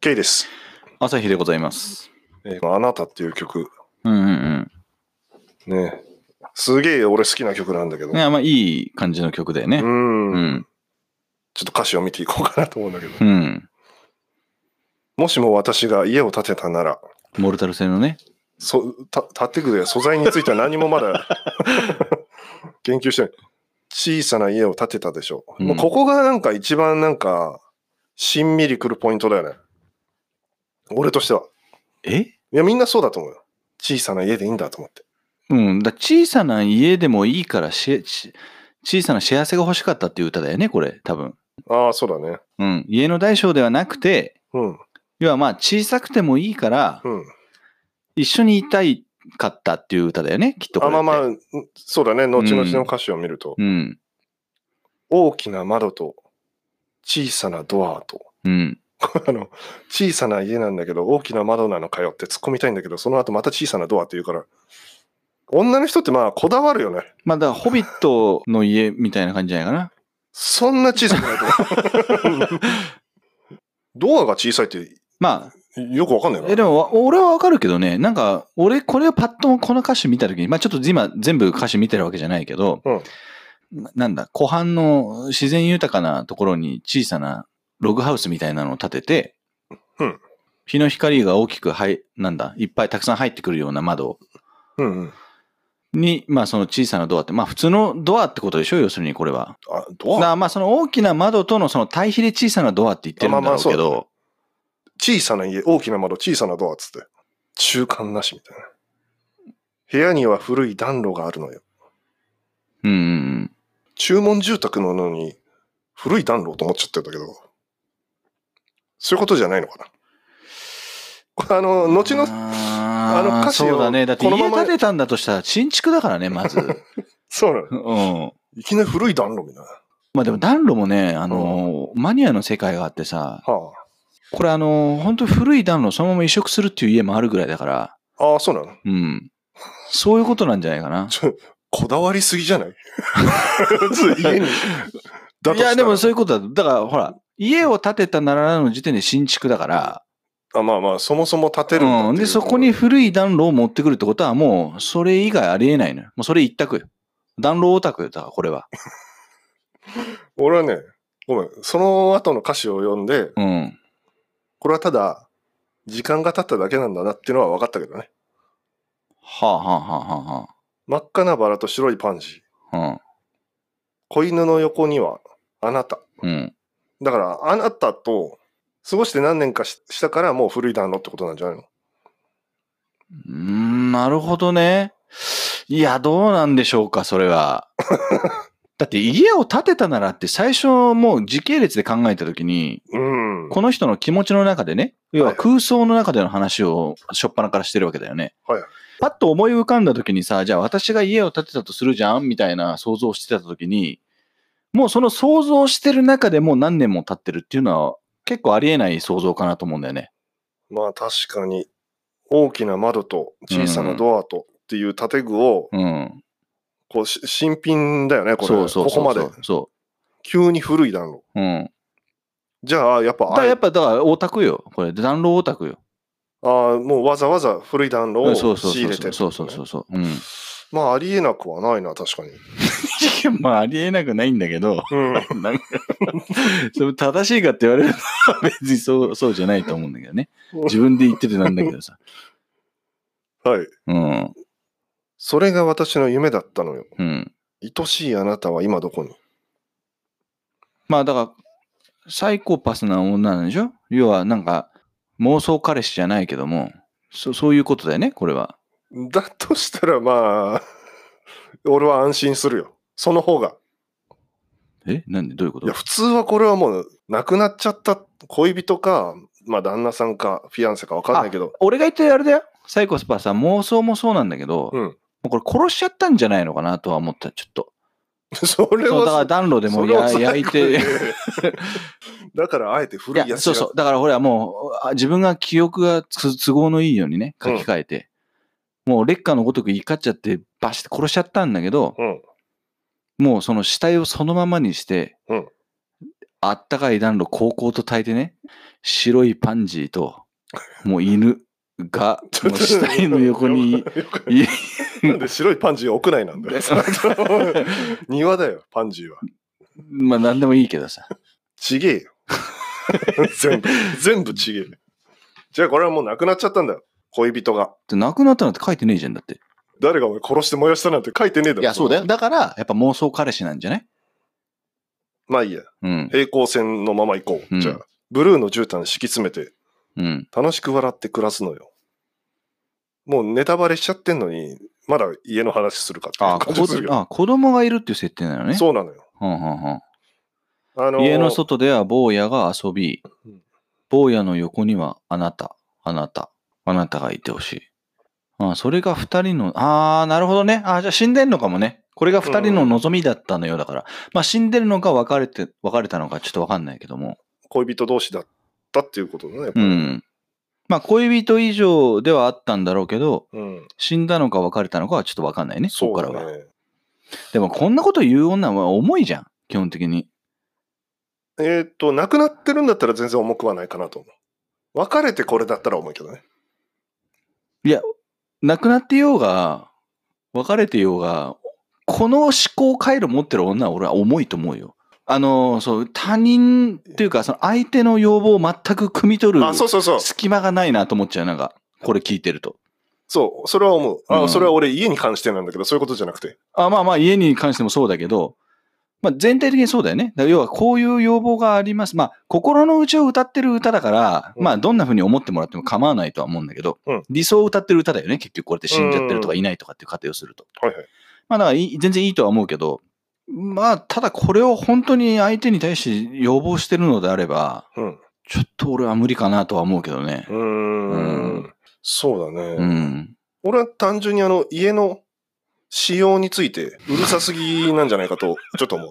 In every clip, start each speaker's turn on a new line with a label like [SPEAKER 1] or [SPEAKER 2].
[SPEAKER 1] K です。
[SPEAKER 2] 朝日でございます。
[SPEAKER 1] えーこのあなたっていう曲、
[SPEAKER 2] うんうん
[SPEAKER 1] ね。すげえ俺好きな曲なんだけど。
[SPEAKER 2] うん。ね、あんまあいい感じの曲だよね
[SPEAKER 1] う。ん,、
[SPEAKER 2] うん。
[SPEAKER 1] ちょっと歌詞を見ていこうかなと思うんだけど。
[SPEAKER 2] うん。
[SPEAKER 1] もしも私が家を建てたなら、
[SPEAKER 2] モルタル製のね。
[SPEAKER 1] そた建て具で素材については何もま だ言及してない。小さな家を建てたでしょう。
[SPEAKER 2] うん
[SPEAKER 1] もうここがなんか一番なんか、しんみりくるポイントだよね。俺としては。
[SPEAKER 2] え
[SPEAKER 1] いや、みんなそうだと思うよ。小さな家でいいんだと思って。
[SPEAKER 2] うん。だ小さな家でもいいからしえ、し小さな幸せが欲しかったっていう歌だよね、これ、多分。
[SPEAKER 1] ああ、そうだね。
[SPEAKER 2] うん。家の大小ではなくて、
[SPEAKER 1] うん、
[SPEAKER 2] 要はまあ小さくてもいいから、
[SPEAKER 1] うん。
[SPEAKER 2] 一緒にいたいかったっていう歌だよね、きっとこ
[SPEAKER 1] あ
[SPEAKER 2] れって。
[SPEAKER 1] まあまあ、うんそうだね。後々の歌詞を見ると、
[SPEAKER 2] うん。
[SPEAKER 1] 大きな窓と小さなドアと、
[SPEAKER 2] うん。
[SPEAKER 1] あの、小さな家なんだけど、大きな窓なのかよって突っ込みたいんだけど、その後また小さなドアって言うから、女の人ってまあ、こだわるよね。
[SPEAKER 2] まあだから、ホビットの家みたいな感じじゃないかな。
[SPEAKER 1] そんな小さくない と。ドアが小さいって
[SPEAKER 2] まあ、
[SPEAKER 1] よくわかんないよ
[SPEAKER 2] え、
[SPEAKER 1] ね
[SPEAKER 2] でもわ、俺はわかるけどね、なんか、俺、これをパッとこの歌詞見たときに、まあちょっと今、全部歌詞見てるわけじゃないけど、
[SPEAKER 1] うん
[SPEAKER 2] ななんだ、湖畔の自然豊かなところに小さなログハウスみたいなのを建てて、
[SPEAKER 1] うん
[SPEAKER 2] 日の光が大きく、はい、なんだ、いっぱいたくさん入ってくるような窓
[SPEAKER 1] うんうん。
[SPEAKER 2] に、まあその小さなドアって、まあ普通のドアってことでしょ、要するにこれは。
[SPEAKER 1] あ、ドア
[SPEAKER 2] なまあその大きな窓とのその対比で小さなドアって言ってるんだろうけ
[SPEAKER 1] あまあまあ
[SPEAKER 2] ど、
[SPEAKER 1] 小さな家、大きな窓、小さなドアっつって。中間なしみたいな。部屋には古い暖炉があるのよ。
[SPEAKER 2] うんうんうん。
[SPEAKER 1] 注文住宅なのに古い暖炉と思っちゃってんだけど、そういうことじゃないのかな。これあの、後の、
[SPEAKER 2] あ
[SPEAKER 1] あの
[SPEAKER 2] の
[SPEAKER 1] 歌詞を
[SPEAKER 2] そうだね。だって
[SPEAKER 1] このま
[SPEAKER 2] 家
[SPEAKER 1] ま
[SPEAKER 2] 建てたんだとしたら新築だからね、まず。
[SPEAKER 1] そうなの。
[SPEAKER 2] うん。
[SPEAKER 1] いきなり古い暖炉みたいな。
[SPEAKER 2] まあでも暖炉もね、あの、マニアの世界があってさ、
[SPEAKER 1] は
[SPEAKER 2] これあの、本当古い暖炉そのまま移植するっていう家もあるぐらいだから、
[SPEAKER 1] あ。ああ、そうなの。
[SPEAKER 2] うん。そういうことなんじゃないかな。
[SPEAKER 1] ちょ、こだわりすぎじ ゃない普通家に。だとしたら
[SPEAKER 2] いや、でもそういうことだ。だからほら、家を建てたならの時点で新築だから、
[SPEAKER 1] あまあまあ、そもそも建てるんだっていう
[SPEAKER 2] うん。で、そこに古い暖炉を持ってくるってことはもう、それ以外ありえないのよ。もうそれ一択よ。暖炉オタクよ、だからこれは。
[SPEAKER 1] 俺はね、ごめん、その後の歌詞を読んで、
[SPEAKER 2] うん。
[SPEAKER 1] これはただ、時間が経っただけなんだなっていうのは分かったけどね。
[SPEAKER 2] はあはあはあは
[SPEAKER 1] 真っ赤なバラと白いパンジー。
[SPEAKER 2] あはあ。
[SPEAKER 1] 子犬の横には、あなた。
[SPEAKER 2] うん。うん。
[SPEAKER 1] だから、あなたと過ごして何年かししたから、もう古い暖炉ってことなんじゃないの
[SPEAKER 2] うーん、なるほどね。いや、どうなんでしょうか、それは。 だって家を建てたならって最初もう時系列で考えたときに、
[SPEAKER 1] うん。は
[SPEAKER 2] この人の気持ちの中でね、要は空想の中での話をしょっぱなからしてるわけだよね。
[SPEAKER 1] はい
[SPEAKER 2] パッと思い浮かんだときにさ、じゃあ私が家を建てたとするじゃんみたいな想像してたときに、もうその想像してる中でもう何年も経ってるっていうのは結構ありえない想像かなと思うんだよね。
[SPEAKER 1] まあ、確かに、大きな窓と小さなドアとっていう建具を、
[SPEAKER 2] うん。
[SPEAKER 1] こうし、新品だよね、これ。
[SPEAKER 2] そうそうそうそう
[SPEAKER 1] ここまで。
[SPEAKER 2] そ
[SPEAKER 1] 急に古い暖炉。
[SPEAKER 2] う。うん。
[SPEAKER 1] じゃあ、やっ
[SPEAKER 2] だか
[SPEAKER 1] ぱ、あ
[SPEAKER 2] らやっぱ、だからオタクよ。これ、暖炉オタクよ。
[SPEAKER 1] あーもうわざわざ古い暖炉
[SPEAKER 2] う
[SPEAKER 1] を
[SPEAKER 2] んそうそう
[SPEAKER 1] 仕
[SPEAKER 2] そ
[SPEAKER 1] 入
[SPEAKER 2] う
[SPEAKER 1] れて
[SPEAKER 2] そ
[SPEAKER 1] る
[SPEAKER 2] う。そうそうそうそう。うん。い
[SPEAKER 1] まあ、ありえなくはないな、確かに。
[SPEAKER 2] や まあ、ありえなくないんだけど、
[SPEAKER 1] うん。
[SPEAKER 2] なんか、それ正しいかって言われると、別にそう、そうじゃないと思うんだけどね。自分で言っててなんだけどさ。
[SPEAKER 1] はい。
[SPEAKER 2] うん。
[SPEAKER 1] それが私の夢だったのよ。
[SPEAKER 2] うん。
[SPEAKER 1] 愛しいあなたは今どこに
[SPEAKER 2] まあ、だから、サイコパスな女なんでしょ要は、なんか、妄想彼氏じゃないけども、そそういうことだよね、これは。
[SPEAKER 1] だとしたらまあ、俺は安心するよ。その方が。
[SPEAKER 2] えなんでどういうこ
[SPEAKER 1] いや、
[SPEAKER 2] と
[SPEAKER 1] 普通はこれはもう、亡くなっちゃった恋人か、まあ旦那さんか、フィアンセか分かんないけど、
[SPEAKER 2] 俺が言ってるあれだよ。サイコパスは妄想もそうなんだけど、
[SPEAKER 1] うん。
[SPEAKER 2] もうこれ殺しちゃったんじゃないのかなとは思った、ちょっと。
[SPEAKER 1] それ
[SPEAKER 2] そうだから
[SPEAKER 1] は、
[SPEAKER 2] 暖炉でも
[SPEAKER 1] それは
[SPEAKER 2] や
[SPEAKER 1] 最高
[SPEAKER 2] 焼い て。い。
[SPEAKER 1] だからあえて古い
[SPEAKER 2] や、
[SPEAKER 1] やつ
[SPEAKER 2] そうそう。だからほらもう、あ自分が記憶がつ都合のいいようにね、書き換えて、もう劣化のごとく怒っちゃって、バシッて殺しちゃったんだけど、
[SPEAKER 1] うん。
[SPEAKER 2] もうその死体をそのままにして、
[SPEAKER 1] うん、
[SPEAKER 2] あったかい暖炉、高校と炊いてね、白いパンジーと、もう犬が、もう死体の横に
[SPEAKER 1] 横に
[SPEAKER 2] い
[SPEAKER 1] なんで白いパンジーは屋内なんだよ。庭だよ、パンジーは。
[SPEAKER 2] まあ何でもいいけどさ。
[SPEAKER 1] ちげえよ。全部、全部ちげえよ。じゃあこれはもうなくなっちゃったんだよ。恋人が。
[SPEAKER 2] で亡くなったなんて書いてねえじゃんだって。
[SPEAKER 1] 誰がお前殺して燃やしたなんて書いてねえだろ。
[SPEAKER 2] いや、そうだよ。。だから、やっぱ妄想彼氏なんじゃない
[SPEAKER 1] まあいいや。
[SPEAKER 2] うん。
[SPEAKER 1] 平行線のまま行こう。
[SPEAKER 2] うん
[SPEAKER 1] じゃあ、ブルーの絨毯敷き詰めて、
[SPEAKER 2] うん。
[SPEAKER 1] 楽しく笑って暮らすのよ。もうネタバレしちゃってんのに、まだ家の話するかってい
[SPEAKER 2] あ
[SPEAKER 1] う感じ
[SPEAKER 2] こ
[SPEAKER 1] するよ。
[SPEAKER 2] あ、子供がいるっていう設定なのね。
[SPEAKER 1] そうなのよ。
[SPEAKER 2] うんうんうん
[SPEAKER 1] あのー
[SPEAKER 2] 家の外では坊やが遊び
[SPEAKER 1] うん、
[SPEAKER 2] 坊やの横にはあなた、あなた、あなたがいてほしい。あそれが二人の、あー、なるほどね。あーじゃあ死んでんのかもね。これが二人の望みだったのよだから。まあ死んでるのか別れて、別れたのかちょっとわかんないけども。
[SPEAKER 1] 恋人同士だったっていうことだねやっぱ
[SPEAKER 2] う
[SPEAKER 1] り。
[SPEAKER 2] ん。まあ恋人以上ではあったんだろうけど、
[SPEAKER 1] うん。
[SPEAKER 2] 死んだのか別れたのかはちょっとわかんないね。そ
[SPEAKER 1] そ
[SPEAKER 2] こ
[SPEAKER 1] う
[SPEAKER 2] から
[SPEAKER 1] だ
[SPEAKER 2] は。
[SPEAKER 1] ね。
[SPEAKER 2] でもこんなこと言う女は重いじゃん。基本的に。
[SPEAKER 1] えーっと、亡くなってるんだったら全然重くはないかなと思う。別れてこれだったら重いけどね。
[SPEAKER 2] 亡くなってようが、別れてようが、この思考回路持ってる女は俺は重いと思うよ。あの、そう、他人っていうか、その相手の要望を全く汲み取る
[SPEAKER 1] あ、そうそうそう。
[SPEAKER 2] 隙間がないなと思っちゃう。なんか、これ聞いてると。
[SPEAKER 1] そう、それは思う。あ、
[SPEAKER 2] うん
[SPEAKER 1] それは俺家に関してなんだけど、そういうことじゃなくて。
[SPEAKER 2] あまあまあ、家に関してもそうだけど、まあ全体的にそうだよね。だから要はこういう要望があります。まあ心の内を歌ってる歌だから、
[SPEAKER 1] うん
[SPEAKER 2] まあどんな風に思ってもらっても構わないとは思うんだけど、
[SPEAKER 1] うん
[SPEAKER 2] 理想を歌ってる歌だよね。結局こうやって死んじゃってるとかいないとかっていう過程をすると。
[SPEAKER 1] はいはい。
[SPEAKER 2] まあだからいい全然いいとは思うけど、まあただこれを本当に相手に対して要望してるのであれば、
[SPEAKER 1] うん。
[SPEAKER 2] ちょっと俺は無理かなとは思うけどね
[SPEAKER 1] う。ー。
[SPEAKER 2] うん
[SPEAKER 1] そうだね。
[SPEAKER 2] うん。
[SPEAKER 1] 俺は単純にあの、家の仕様について、うるさすぎなんじゃないかと、 ちょっと思う。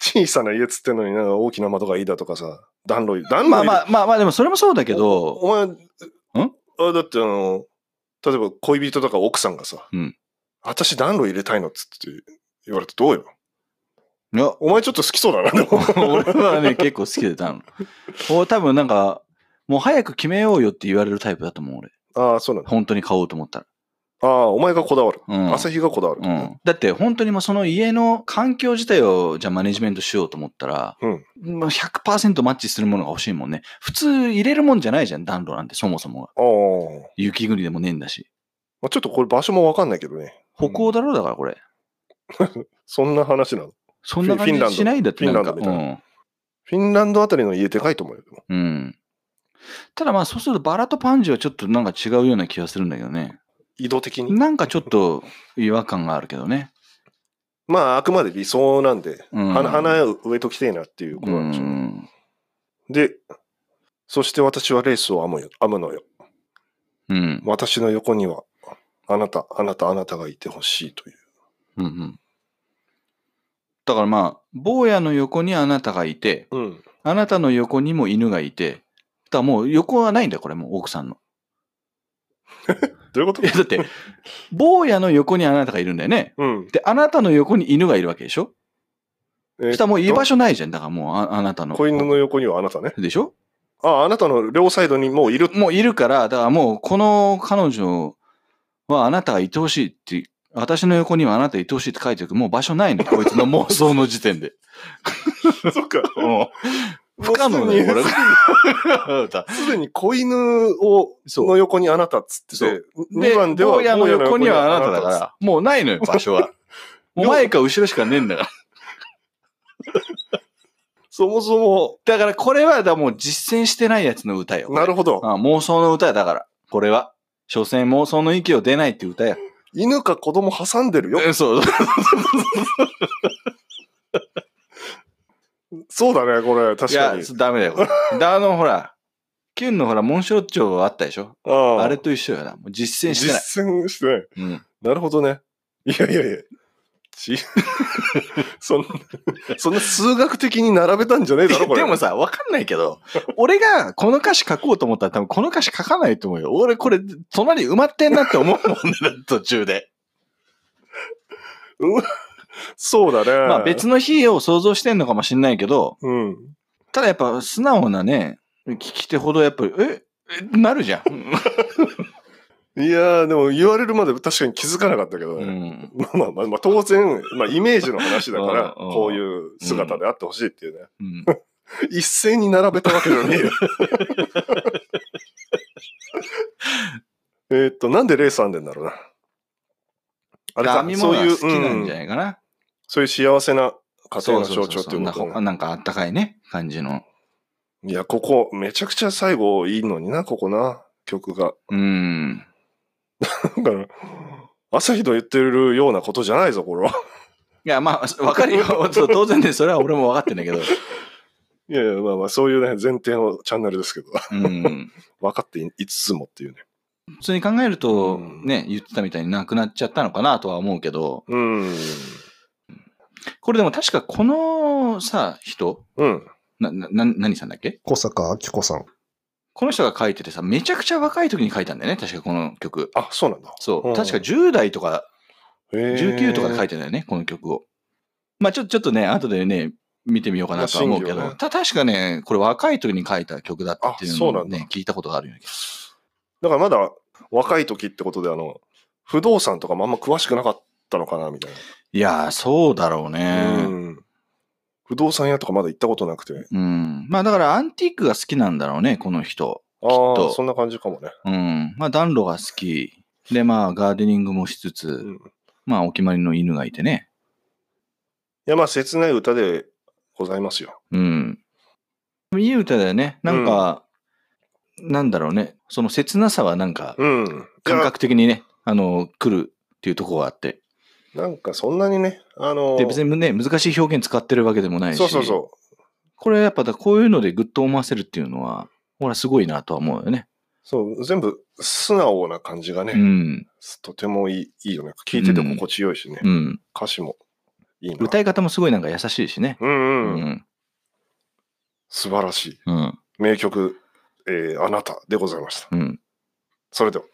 [SPEAKER 1] 小さな家っつってんのになんか大きな窓がいいだとかさ、暖炉いい、暖炉いい
[SPEAKER 2] まあまあまあまあでもそれもそうだけど、
[SPEAKER 1] お前、んあだってあの、例えば恋人とか奥さんがさ、
[SPEAKER 2] うん
[SPEAKER 1] 私暖炉入れたいのっつって言われてどうよ。
[SPEAKER 2] いや、
[SPEAKER 1] お前ちょっと好きそうだな、でも。
[SPEAKER 2] 俺はね、結構好きでたの。お多分なんか、もう早く決めようよって言われるタイプだと思う、俺。
[SPEAKER 1] ああ、そうなんだ。
[SPEAKER 2] 本当に買おうと思ったら。
[SPEAKER 1] ああ、お前がこだわる。
[SPEAKER 2] うん。
[SPEAKER 1] 朝日がこだわる。
[SPEAKER 2] うん、だって本当にもうその家の環境自体をじゃあマネジメントしようと思ったら、
[SPEAKER 1] うん
[SPEAKER 2] まあ100%マッチするものが欲しいもんね。普通入れるもんじゃないじゃん、暖炉なんてそもそもが。
[SPEAKER 1] ああ。
[SPEAKER 2] 雪国でもねえんだし。
[SPEAKER 1] まあ、ちょっとこれ場所もわかんないけどね。
[SPEAKER 2] 北欧だろうだからこれ。
[SPEAKER 1] そんな話なの。
[SPEAKER 2] そんな感じしないだって
[SPEAKER 1] フィ
[SPEAKER 2] な
[SPEAKER 1] ンラ
[SPEAKER 2] ん
[SPEAKER 1] ンドフ
[SPEAKER 2] か。
[SPEAKER 1] ィンランドみフィンランドあたりの家でかいと思うよ。でも
[SPEAKER 2] うん。うん。ただまあそうするとバラとパンジーはちょっとなんか違うような気がするんだけどね。
[SPEAKER 1] 移動的に。
[SPEAKER 2] なんかちょっと違和感があるけどね。
[SPEAKER 1] まあ、あくまで理想なんで、
[SPEAKER 2] うん
[SPEAKER 1] 花花を植えときてえなっていうことなんでしょう
[SPEAKER 2] う
[SPEAKER 1] ね。
[SPEAKER 2] ん
[SPEAKER 1] で、そして私はレースを編むよ編むのよ。
[SPEAKER 2] うん。
[SPEAKER 1] 私の横には、あなた、あなた、あなたがいてほしいという。
[SPEAKER 2] うんうん。だからまあ、坊やの横にあなたがいて、
[SPEAKER 1] うん。
[SPEAKER 2] あなたの横にも犬がいて、だからもう横はないんだよ、これもう奥さんの。
[SPEAKER 1] どういうこと
[SPEAKER 2] いや、だって、坊やの横にあなたがいるんだよね。
[SPEAKER 1] うん。
[SPEAKER 2] で、あなたの横に犬がいるわけでしょ
[SPEAKER 1] え
[SPEAKER 2] そしたらもう居場所ないじゃん。だからもうああなたの。
[SPEAKER 1] 子犬の横にはあなたね。
[SPEAKER 2] でしょ
[SPEAKER 1] あ、あなたの両サイドにもう いる。
[SPEAKER 2] もういるから、だからもうこの彼女はあなたがいてほしいって、私の横にはあなたいてほしいって書いてるけど、もう場所ないの、こいつの妄想の時 点で。
[SPEAKER 1] そっか。
[SPEAKER 2] もう不可能だよ、こ
[SPEAKER 1] もうすでに
[SPEAKER 2] れ。だ
[SPEAKER 1] すでに子犬を
[SPEAKER 2] そう
[SPEAKER 1] の横にあなたっつって
[SPEAKER 2] そ
[SPEAKER 1] て
[SPEAKER 2] う、
[SPEAKER 1] 2番では
[SPEAKER 2] 坊やの横にはあなただ
[SPEAKER 1] っつって
[SPEAKER 2] から、もうないのよ、場 所は。もう前か後ろしかねえんだから。
[SPEAKER 1] そもそも、
[SPEAKER 2] だからこれはだもう実践してないやつの歌よ。
[SPEAKER 1] なるほど。
[SPEAKER 2] あ妄想の歌だから。これは。所詮妄想の息を出ないって歌や。
[SPEAKER 1] 犬か子供挟んでるよ。
[SPEAKER 2] そう。
[SPEAKER 1] そうだね、これ、確
[SPEAKER 2] い
[SPEAKER 1] か
[SPEAKER 2] や
[SPEAKER 1] に。、
[SPEAKER 2] ダメだよ、 これ。だあの、ほら、キュンのほら、モンショロッチョあったでしょ
[SPEAKER 1] あ
[SPEAKER 2] あれと一緒やな。もう実践してない。
[SPEAKER 1] 実践してない。
[SPEAKER 2] うん。
[SPEAKER 1] なるほどね。いやいやいや。ち そんな、そんな数学的に並べたんじゃねえだろ、これ。
[SPEAKER 2] でもさ、わかんないけど、俺がこの歌詞書こうと思ったら多分この歌詞書かないと思うよ。俺これ、隣埋まってんなって思うもんね、途中で。
[SPEAKER 1] そうだね。
[SPEAKER 2] まあ別の日を想像してんのかもしれないけど、
[SPEAKER 1] うん。
[SPEAKER 2] ただやっぱ素直なね、聞き手ほどやっぱり、ええな るじゃん。
[SPEAKER 1] いやー、でも言われるまで確かに気づかなかったけど
[SPEAKER 2] う
[SPEAKER 1] ね。
[SPEAKER 2] ん。
[SPEAKER 1] まあまあまあまあ、当然、まあイメージの話だから、
[SPEAKER 2] うんうん
[SPEAKER 1] こういう姿であってほしいっていうね。
[SPEAKER 2] うん
[SPEAKER 1] 一斉に並べたわけじゃねえ よ。えーっと、なんでレースあんでんだろうな。あれ
[SPEAKER 2] 編
[SPEAKER 1] か
[SPEAKER 2] み、
[SPEAKER 1] そ
[SPEAKER 2] 物
[SPEAKER 1] う
[SPEAKER 2] が
[SPEAKER 1] いう、
[SPEAKER 2] 好きなんじゃ
[SPEAKER 1] うん
[SPEAKER 2] ないかな。
[SPEAKER 1] そういう幸せな家
[SPEAKER 2] そ
[SPEAKER 1] 庭の
[SPEAKER 2] うそ
[SPEAKER 1] 象
[SPEAKER 2] うそ
[SPEAKER 1] 徴
[SPEAKER 2] う
[SPEAKER 1] ってい
[SPEAKER 2] そう
[SPEAKER 1] こ
[SPEAKER 2] うな
[SPEAKER 1] と
[SPEAKER 2] ほ
[SPEAKER 1] ね
[SPEAKER 2] なんかあったかいね、感じの。
[SPEAKER 1] いや、ここ、めちゃくちゃ最後いいのにな、ここな、曲が。
[SPEAKER 2] うん。
[SPEAKER 1] だから、朝日の言ってるようなことじゃないぞ、これは。
[SPEAKER 2] いや、まあ、わかるよ。そう当然ね、それは俺もわかってんだけ ど。
[SPEAKER 1] いやいや、まあまあ、そういうね、前提のチャンネルですけど、
[SPEAKER 2] うん。
[SPEAKER 1] 分かっていつつもっていうね。
[SPEAKER 2] 普通に考えると
[SPEAKER 1] うん、
[SPEAKER 2] ね、言ってたみたいになくなっちゃったのかなとは思うけど、
[SPEAKER 1] うん。
[SPEAKER 2] これでも確かこのさ、人、
[SPEAKER 1] うん。
[SPEAKER 2] な、な、な何さんだっけ
[SPEAKER 1] 小坂明子さん。
[SPEAKER 2] この人が書いててさ、めちゃくちゃ若い時に書いたんだよね、確かこの曲。
[SPEAKER 1] あ、そうなんだ。
[SPEAKER 2] そうう。
[SPEAKER 1] ん
[SPEAKER 2] 確か10代とか、19
[SPEAKER 1] 19
[SPEAKER 2] とかで書いてんだよね、この曲を。まあちょ、ちょっとね、後でね、見てみようかなとは思うけど、
[SPEAKER 1] まあ真偽をね
[SPEAKER 2] た確かね、これ若い時に書いた曲だったっていう
[SPEAKER 1] あそうな
[SPEAKER 2] のを
[SPEAKER 1] んだ
[SPEAKER 2] ね、聞いたことがあるよね。
[SPEAKER 1] だからまだ若い時ってことで、あの、不動産とかもあんま詳しくなかったのかな、みたい
[SPEAKER 2] いやー、そうだろう
[SPEAKER 1] な。
[SPEAKER 2] ね。
[SPEAKER 1] うん。不動産屋とかまだ行ったことなくて。
[SPEAKER 2] うん。まあだからアンティークが好きなんだろうね、この人。
[SPEAKER 1] あ
[SPEAKER 2] と
[SPEAKER 1] あ、そんな感じかもね。
[SPEAKER 2] うん。まあ暖炉が好き。で、まあガーデニングもしつつ、
[SPEAKER 1] ん
[SPEAKER 2] まあお決まりの犬がいてね。
[SPEAKER 1] いや、まあ、切ない歌でございますよ。
[SPEAKER 2] うん。いい歌だよね。なんか、なんだろうね。その切なさはなんか、
[SPEAKER 1] うん。
[SPEAKER 2] 感覚的にね、あの、来るっていうところがあって。
[SPEAKER 1] いやなんかそんなにね、あの、
[SPEAKER 2] で、別にね、難しい表現使ってるわけでもないし。
[SPEAKER 1] そうそうそう。
[SPEAKER 2] これやっぱだ、こういうのでグッと思わせるっていうのは、ほら、すごいなとは思うよね。
[SPEAKER 1] そう、全部素直な感じがね、
[SPEAKER 2] うん。
[SPEAKER 1] とてもいいいいよね。聴いてて心地よいしね、
[SPEAKER 2] うん。
[SPEAKER 1] 歌詞もいいな。
[SPEAKER 2] 歌い方もすごいなんか優しいしね。
[SPEAKER 1] うん
[SPEAKER 2] う
[SPEAKER 1] うん。
[SPEAKER 2] ん。
[SPEAKER 1] 素晴らしい。
[SPEAKER 2] うん。
[SPEAKER 1] 名曲、えーあなたでございました。
[SPEAKER 2] うん。
[SPEAKER 1] それでは。